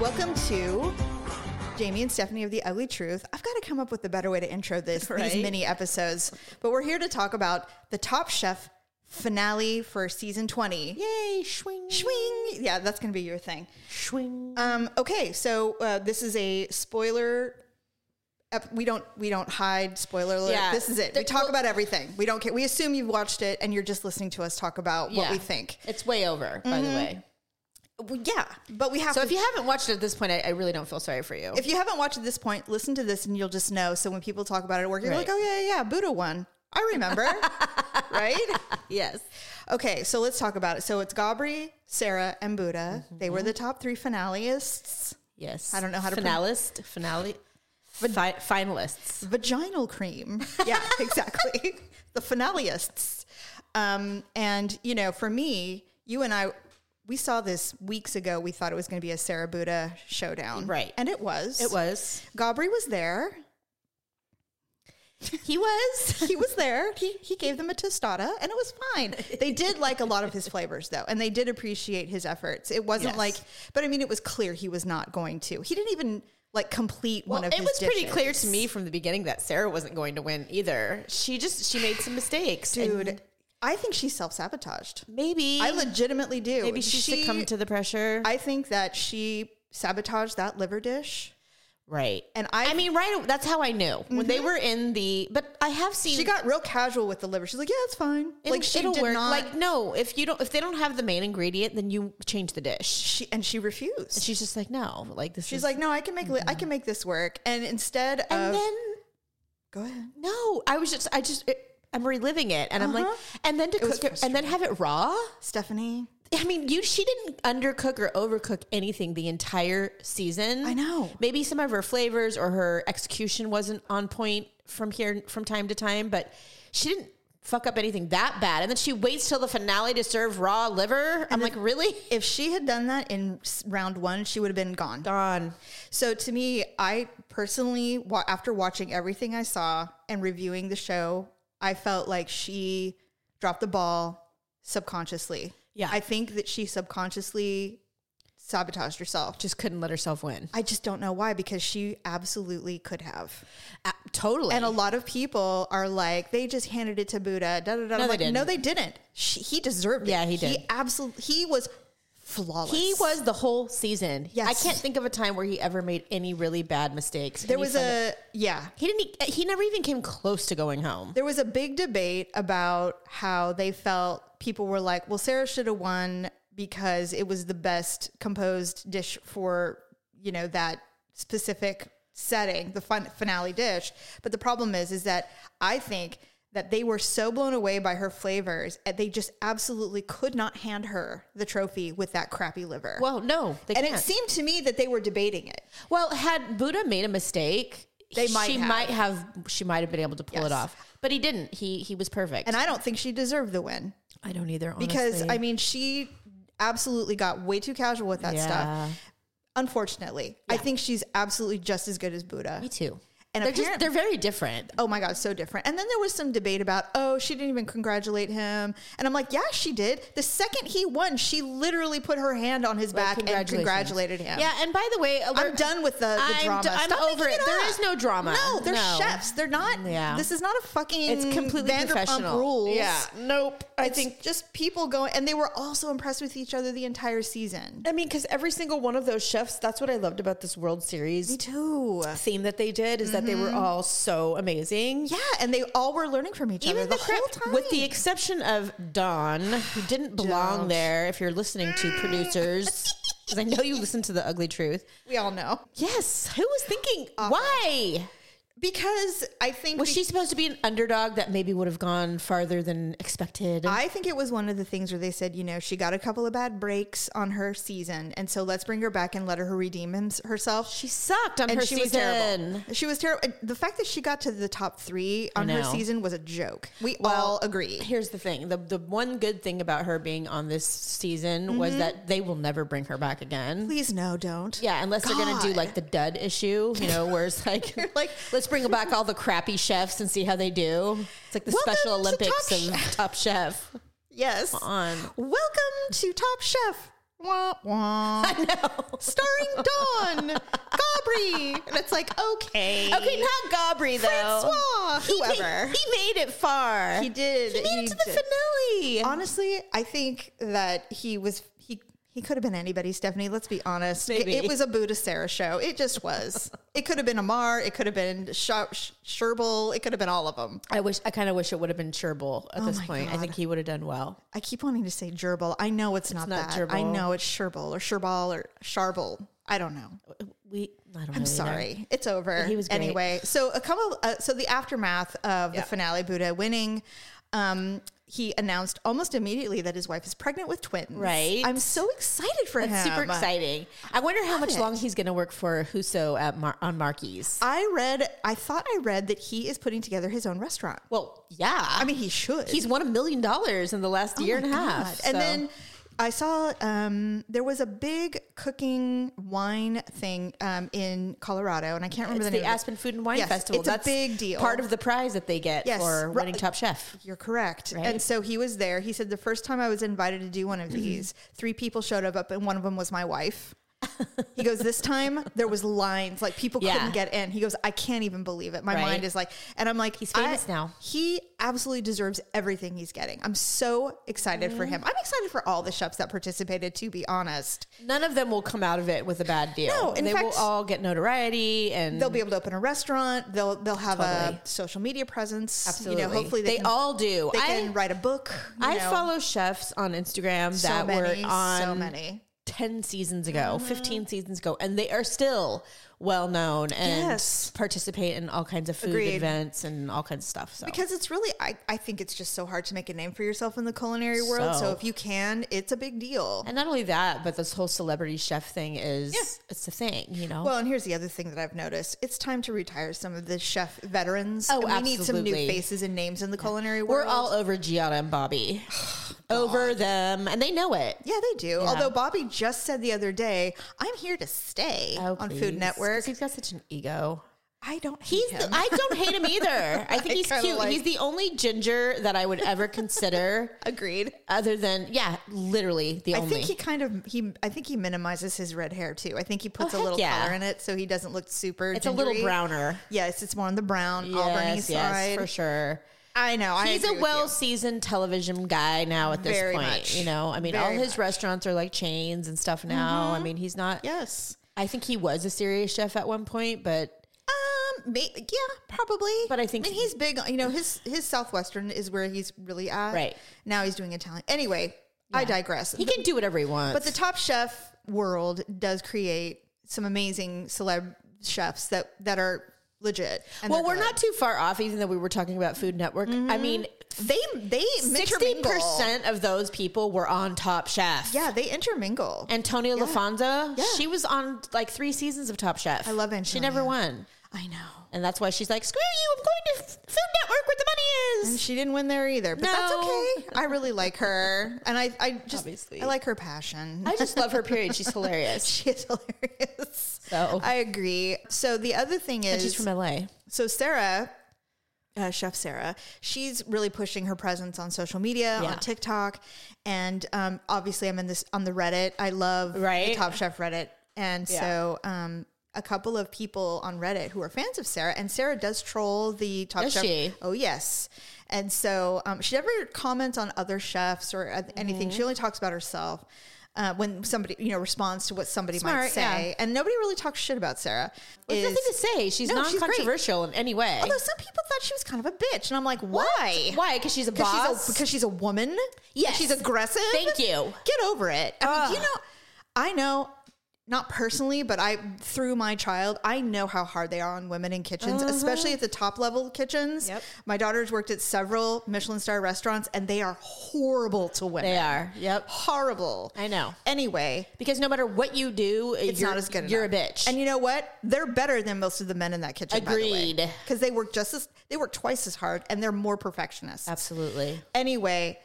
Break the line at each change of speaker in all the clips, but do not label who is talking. Welcome to Jamie and Stephanie of The Ugly Truth. I've got to come up with a better way to intro this
Right?
these mini episodes, but we're here to talk about the Top Chef finale for season 20.
Yay, swing, Uh,
Swing. Yeah, that's going to be your thing.
swing.
Um, okay, so uh, this is a spoiler. Ep- we don't we don't hide spoiler alert.
Yeah.
This is it. We
The-
talk
well-
about everything. We don't care. We assume you've watched it and you're just listening to us talk about what
Yeah.
we think.
It's way over, by the way.
Well, yeah, but we have
So
to
if you haven't watched it at this point, I, I really don't feel sorry for you.
if you haven't watched at this point, listen to this and you'll just know. So when people talk about it at work, you're
Right.
like, oh, yeah, yeah, yeah, Buddha one. I remember. right?
yes.
Okay, so let's talk about it. So it's Gabri, Sarah, and Buddha. They were the
Mm-hmm.
top three finalists.
Yes.
I don't know how to
Finalist, finale, fi- finalists.
Vaginal cream. Yeah, exactly. the finalists. Um, and, you know, for me, you and I, we saw this weeks ago. We thought it was going to be a Sarah Buddha showdown.
Right.
And it was.
It was.
Gabri was there.
He was.
he was there. He he gave them a tostada, and it was fine. They did like a lot of his flavors though, and they did appreciate his efforts. It wasn't
Yes.
like, but I mean, it was clear he was not going to. He didn't even like complete one
Well,
of.
it
his
was pretty
dishes.
clear to me from the beginning that Sarah wasn't going to win either. She just she made some mistakes, and
dude. I think she self sabotaged.
Maybe
I legitimately do.
maybe she, succumbed to the pressure.
I think that she sabotaged that liver dish,
right. Mm-hmm.
and I.
I mean, right. That's how I knew when they were in the. But I have seen
she got real casual with the liver. She's like, yeah, it's fine. like she
it'll
did
work.
not.
Like no, if you don't, if they don't have the main ingredient, then you change the dish.
she and she refused.
She's just like no, like this.
She's
is,
like, "Oh." no, I can make li- I can make this work. And instead of
and then
go ahead.
no, I was just, I just, it, I'm reliving it, and I'm like,
Uh-huh.
and then to
was
cook it, and then have it raw.
Stephanie.
I mean, you she didn't undercook or overcook anything the entire season.
I know.
Maybe some of her flavors or her execution wasn't on point from here from time to time, but she didn't fuck up anything that bad. And then she waits till the finale to serve raw liver. I'm like, really?
If she had done that in s- round one, she would have been gone.
Gone.
So to me, I personally, wa- after watching everything I saw and reviewing the show, I felt like she dropped the ball subconsciously.
Yeah.
I think that she subconsciously sabotaged herself.
Just couldn't let herself win.
I just don't know why, because she absolutely could have.
Uh, totally.
And a lot of people are like, they just handed it to Buddha. Da, da, da. No,
they
like,
didn't.
No, they didn't. She, he deserved it.
Yeah, he did.
He absolutely. He was flawless.
he was the whole season.
Yes.
I can't think of a time where he ever made any really bad mistakes.
There
And he
was
found it-
a yeah.
he didn't. e, uh, He never even came close to going home.
There was a big debate about how they felt. People were like, well, Sarah should have won because it was the best composed dish for you know that specific setting, the fun finale dish. But the problem is, is that I think. That they were so blown away by her flavors, and they just absolutely could not hand her the trophy with that crappy liver.
Well, no, they
and
can't.
it seemed to me that they were debating it.
Well, had Buddha made a mistake,
They might
she
have.
might have she might have been able to pull
Yes.
it off. But he didn't. He he was perfect.
And I don't think she deserved the win.
I don't either
because I mean she absolutely got way too casual with that
Yeah.
stuff. Unfortunately, I think she's absolutely just as good as Buddha.
me too.
And
they're just
apparent-
they're very different.
Oh my god, so different. And then there was some debate about, oh, she didn't even congratulate him. And I'm like, yeah, she did. The second he won, she literally put her hand on his back and
congratulations.
congratulated him.
Yeah, and by the way,
I'm done with the, the
I'm
drama.
d- I'm
Stop
over
making
it. There
up.
is no drama.
No, they're
No.
chefs. They're not.
Yeah.
This is not a fucking.
It's completely
Vanderpump
professional.
Rules.
Yeah, nope. I
I think just people going, and they were also impressed with each other the entire season.
I mean, because every single one of those chefs, that's what I loved about this World Series
too.
theme that they did, is that they
Mm-hmm.
were all so amazing.
Yeah, and they all were learning from each
Even
other the,
the,
whole
crap-
time.
with the exception of Dawn, who didn't belong
Don't.
there. If you're listening to producers, because I know you listen to the ugly truth.
we all know
Yes, who was thinking? Why
because I think
was
be-
she supposed to be an underdog that maybe would have gone farther than expected?
I think it was one of the things where they said, you know, she got a couple of bad breaks on her season, and so let's bring her back and let her redeem hims- herself.
she sucked on
and
her
she
season.
was terrible. She was terrible. The fact that she got to the top three on her
know.
season was a joke. We all agree.
Here's the thing: the the one good thing about her being on this season was that they will never bring her back again.
Please no, don't.
Yeah, unless they're gonna do
God.
like the dud issue, you know, where it's like,
like-
like let's bring back all the crappy chefs and see how they do. It's like the
Welcome
Special
to
Olympics
Top
of Top Chef.
Yes.
On
Welcome to Top Chef. wah, wah. Starring Dawn, Gabri. And it's like, okay.
Okay, not Gabri though.
Francois,
E! He made-
whoever.
He made, it far.
He did.
He made
He
it to the
did.
finale.
Honestly, I think that he was he he could have been anybody, Stephanie. Let's be honest.
Maybe.
It was a Buddha Sarah show. It just was. it could have been Amar. It could have been Sh- Sh- Sherbel. It could have been all of them.
I wish. I kind of wish it would have been Cherbil at this
my
point. I
God.
think he would have done well.
I keep wanting to say gerbil. I know it's, not,
not
that. I
gerbil.
know it's sherbel or sherbal or sharbel. I don't know.
We. I don't. know
I'm
either.
sorry. It's over.
He was great.
anyway. So a couple. Uh, so the aftermath of the finale, Buddha winning. Um, he announced almost immediately that his wife is pregnant with twins.
Right.
I'm so excited for
That's
him.
super exciting. I wonder how much
it.
long he's going to work for Huso at Mar- on Marquis.
I read. I thought I read that he is putting together his own restaurant.
Well, yeah.
I mean, he should.
he's won a million dollars in the last year
Oh
and a
my
half.
God. And
so-
then I saw um, there was a big cooking wine thing um, in Colorado, and I can't remember
it's
the
the
name. of it.
Aspen Food and Wine
Yes,
Festival.
it's a big deal.
Part of the prize that they get
Yes,
for
right.
winning Top Chef.
You're correct. And
Right. Mm-hmm.
so he was there. He said the first time I was invited to do one of these, three people showed up, and one of them was my wife. he goes, This time there was lines, like people
Yeah.
couldn't get in. He goes, I can't even believe it. My
Right.
mind is like, and I'm like,
He's famous
I-
now.
He absolutely deserves everything he's getting. I'm so excited for
Mm-hmm.
him. I'm excited for all the chefs that participated, to be honest.
None of them will come out of it with a bad deal.
No, in
they will
fact-
all get notoriety and
They'll be able to open a restaurant. They'll they'll have
Mm-hmm. Totally.
a social media presence.
absolutely.
You know, hopefully they,
they,
can,
all do.
they
I
can write a book. you
I
know.
follow chefs on Instagram
so
that
many,
were on
so many.
10 seasons ago, 15 seasons ago, and they are still well known and
Yes.
participate in all kinds of food
Agreed.
events and all kinds of stuff. So
Because it's really, I, I think it's just so hard to make a name for yourself in the culinary world. So,
So.
if you can, it's a big deal.
and not only that, but this whole celebrity chef thing is it's a thing, you know.
well, and here's the other thing that I've noticed: it's time to retire some of the chef veterans.
Oh,
and we need some new
absolutely.
faces and names in the culinary
We're
world.
all over Gianna and Bobby. over them and they know it.
yeah, they do. Although Bobby just said the other day, "I'm here to stay"
Oh,
on
please.
Food
'Cause
Network.
He's got such an ego.
I don't hate
He's
him.
the, I don't hate him either. I
I
think he's
kinda
cute.
like-
he's the only ginger that I would ever consider
Agreed.
other than yeah, literally the
I
only
think he kind of he. I think he minimizes his red hair too. I think he puts
Oh,
a
heck
little
yeah.
color in it so he doesn't look super.
it's a little
gingery.
browner.
Yes, it's more on the brown Albany
yes,
side.
yes, for sure.
I know. I
He's
agree
a
with you.
well-seasoned television guy now at this
Very
point.
much.
You know, I mean, all
Very
his
much. Mm-hmm.
restaurants are like chains and stuff now. I mean, he's not.
Yes.
I think he was a serious chef at one point, but
Um. May, yeah. Probably.
But I think-
I mean, he's big. You know, his his southwestern is where he's really at.
Right.
Now he's doing Italian. Anyway, I digress.
he can do whatever he wants.
but the Top Chef world does create some amazing celeb chefs that that are legit. and
well,
they're good.
we're not too far off, even though we were talking about Food Network.
Mm-hmm.
I mean,
They they
sixty
intermingle.
percent of those people were on Top Chef.
Yeah, they intermingle.
Antonio Lafonza,
Yeah.
she was on like three seasons of Top Chef. I
love
She never
Antonia.
won,
I know.
and that's why she's like, "Screw you! I'm going to F- Food Network where the money is."
And she didn't win there either, but that's
No.
okay. I really like her, and I, I just,
Obviously.
I like her passion.
I just love her. Period. She's hilarious.
She is hilarious.
So
I agree. So the other thing is,
she's from LA.
so Sarah, uh, Chef Sarah, she's really pushing her presence on social media,
Yeah.
on TikTok, and um, obviously I'm in this on the Reddit. I love the
Right.
Top Chef Reddit, and
Yeah.
so. Um, a couple of people on Reddit who are fans of Sarah, and Sarah does troll the Top
Does
Chef.
she?
Oh yes, and so um, she never comments on other chefs or uh, anything.
Mm-hmm.
She only talks about herself uh, when somebody you know responds to what somebody might
Smart,
say, and nobody really talks shit about Sarah.
There's
is-
nothing to say. She's
No,
non
she's great.
controversial in any way.
Although some people thought she was kind of a bitch, and I'm like, why?
Why? Because she's a
Because
boss.
she's a, because she's a woman. Yeah,
Yes.
she's aggressive.
Thank you.
Get over it. I
Ugh.
mean, you know, I know. Not personally, but I through my child, I know how hard they are on women in kitchens, especially at the top level kitchens.
Yep.
My daughter's worked at several Michelin star restaurants, and they are horrible to women.
They are. Yep.
horrible.
I know.
Anyway,
Because no matter what you do,
it's
you're,
not as good.
You're
enough.
a bitch.
And you know what? They're better than most of the men in that kitchen.
Agreed.
Because they work just as they work twice as hard, and they're more perfectionists.
Absolutely.
Anyway,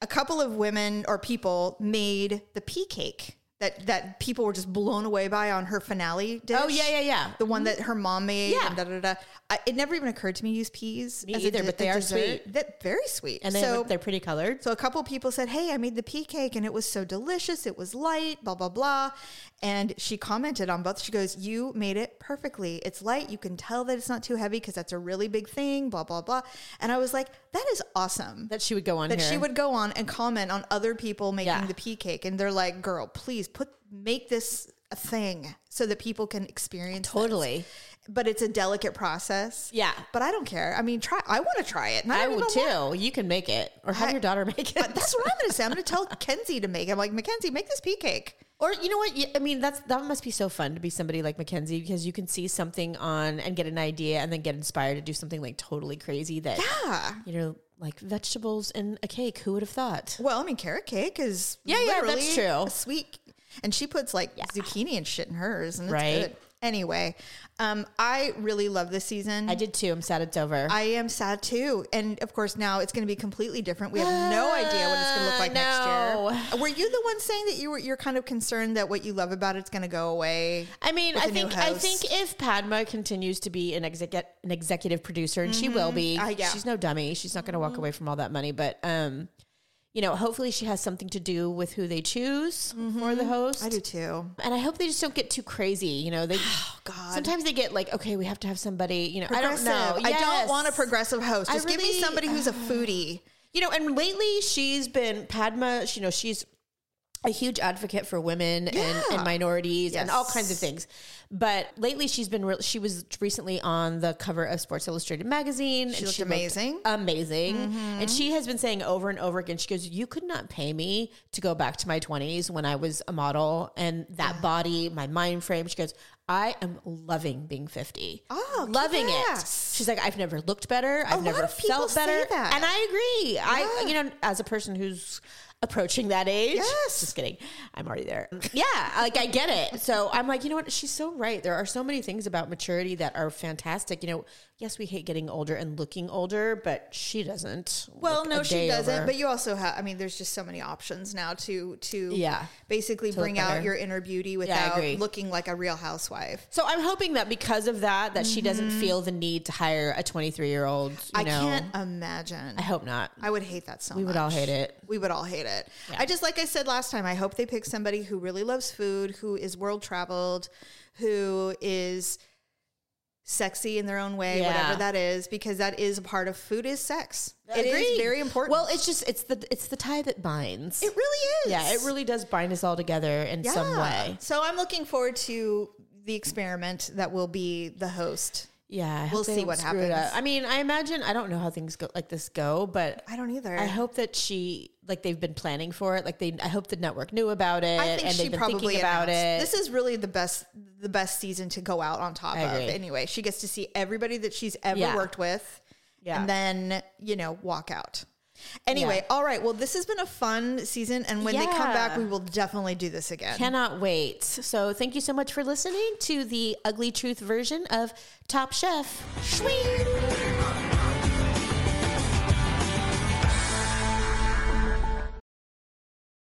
a couple of women or people made the pea cake that that people were just blown away by on her finale dish.
Oh, yeah, yeah, yeah.
The one that her mom made.
Yeah.
And da, da, da. I, it never even occurred to me to use peas.
Me
a
either, but they
a
are
dessert.
sweet.
That very sweet.
And they
so
have, they're pretty colored.
so a couple people said, "Hey, I made the pea cake and it was so delicious. It was light, blah blah blah." And she commented on both. She goes, "You made it perfectly. It's light. You can tell that it's not too heavy because that's a really big thing, blah blah blah." And I was like, "That is awesome."
that she would go on
that
here.
she would go on and comment on other people making
Yeah.
the pea cake and they're like, "Girl, please put make this a thing so that people can experience this."
totally.
But it's a delicate process.
Yeah.
But I don't care. I mean, try I want to try it. and
I
don't
would
know
too. You can make it, or have
I-
your daughter make it.
but that's what I'm going to say. I'm going to tell Kenzie to make. it. I'm like, Mackenzie, make this pea cake.
Or you know what? Yeah, I mean, that's that must be so fun to be somebody like Mackenzie because you can see something on and get an idea and then get inspired to do something like totally crazy that
Yeah.
you know, like vegetables and a cake. Who would have thought?
Well, I mean, carrot cake is
Yeah, yeah, that's
literally
true.
a sweet, and she puts like zucchini and shit in hers, and it's
Right.
good. Anyway, um, I really love this season.
I did too. I'm sad it's over.
I am sad too, and of course now it's going to be completely different. We have
Uh,
no idea what it's going to look like next year. Were you the one saying that you were you're kind of concerned that what you love about it's going to go away?
I mean, I
a new
think I
host.
think if Padma continues to be an exec an executive producer, and she will be,
Uh, yeah. Mm-hmm.
she's no dummy. She's not going to walk away from all that money, but um, you know, hopefully she has something to do with who they choose for the host.
Mm-hmm. I do too.
and I hope they just don't get too crazy. You know, they
God.
sometimes they get like, okay, we have to have somebody. You know, I don't know.
I don't
Yes.
want a progressive host.
I
Just give me
really- uh,
somebody who's a foodie.
You know, and lately she's been Padma. You know, she's a huge advocate for women and,
Yeah.
and minorities and all kinds of
Yes.
things. But lately, she's been real she was recently on the cover of Sports Illustrated magazine. and
looked amazing. Mm-hmm.
amazing, and she has been saying over and over again. She goes, "You could not pay me to go back to my twenties when I was a model and that body, my mind frame." She goes. I am loving being 50.
Oh, kick
loving
ass.
it. She's like, I've never looked better. I've
lot
never
of people
felt
say
better.
that.
And I agree. I,
Yeah.
you know, as a person who's approaching that age,
Yes.
just kidding. I'm already there. Yeah. Like I get it. So I'm like, you know what? She's so right. There are so many things about maturity that are fantastic. You know, yes, we hate getting older and looking older, but she doesn't.
Well,
look
no,
a
she
day
doesn't.
over.
But you also have. I mean, there's just so many options now to to
Yeah.
basically bring out
better.
your inner beauty
I
without
agree.
looking like a real housewife.
so I'm hoping that because of that, that she doesn't feel the need to hire a 23 year old.
I can't imagine.
I hope not.
I would hate that so much.
We would all hate it.
We would all hate it. I just, like I said last time, I hope they pick somebody who really loves food, who is world traveled, who is sexy in their own way,
Yeah.
whatever that is, because that is a part of food is sex. It is
Agreed.
very important.
Well, it's just it's the it's the tie that binds.
it really is.
yeah, it really does bind us all together in some
Yeah.
way.
So I'm looking forward to the experiment that will be the host.
Yeah, I
We'll
hope they
see
don't
what
screw it up.
happens.
I mean, I imagine I don't know how things go like this go, but
I don't either.
I hope that she like they've been planning for it. Like they, I hope the network knew about it.
I think
and
she
they've been
probably
thinking about it.
This is really the best the best season to go out on top
I
of.
agree.
Anyway, she gets to see everybody that she's ever
Yeah.
worked with
Yeah.
and then, you know, walk out. Anyway, all right. Well, this has been a fun season and when they come back
Yeah.
we will definitely do this again.
Cannot wait. So thank you so much for listening to the Ugly Truth version of Top Chef. Swing.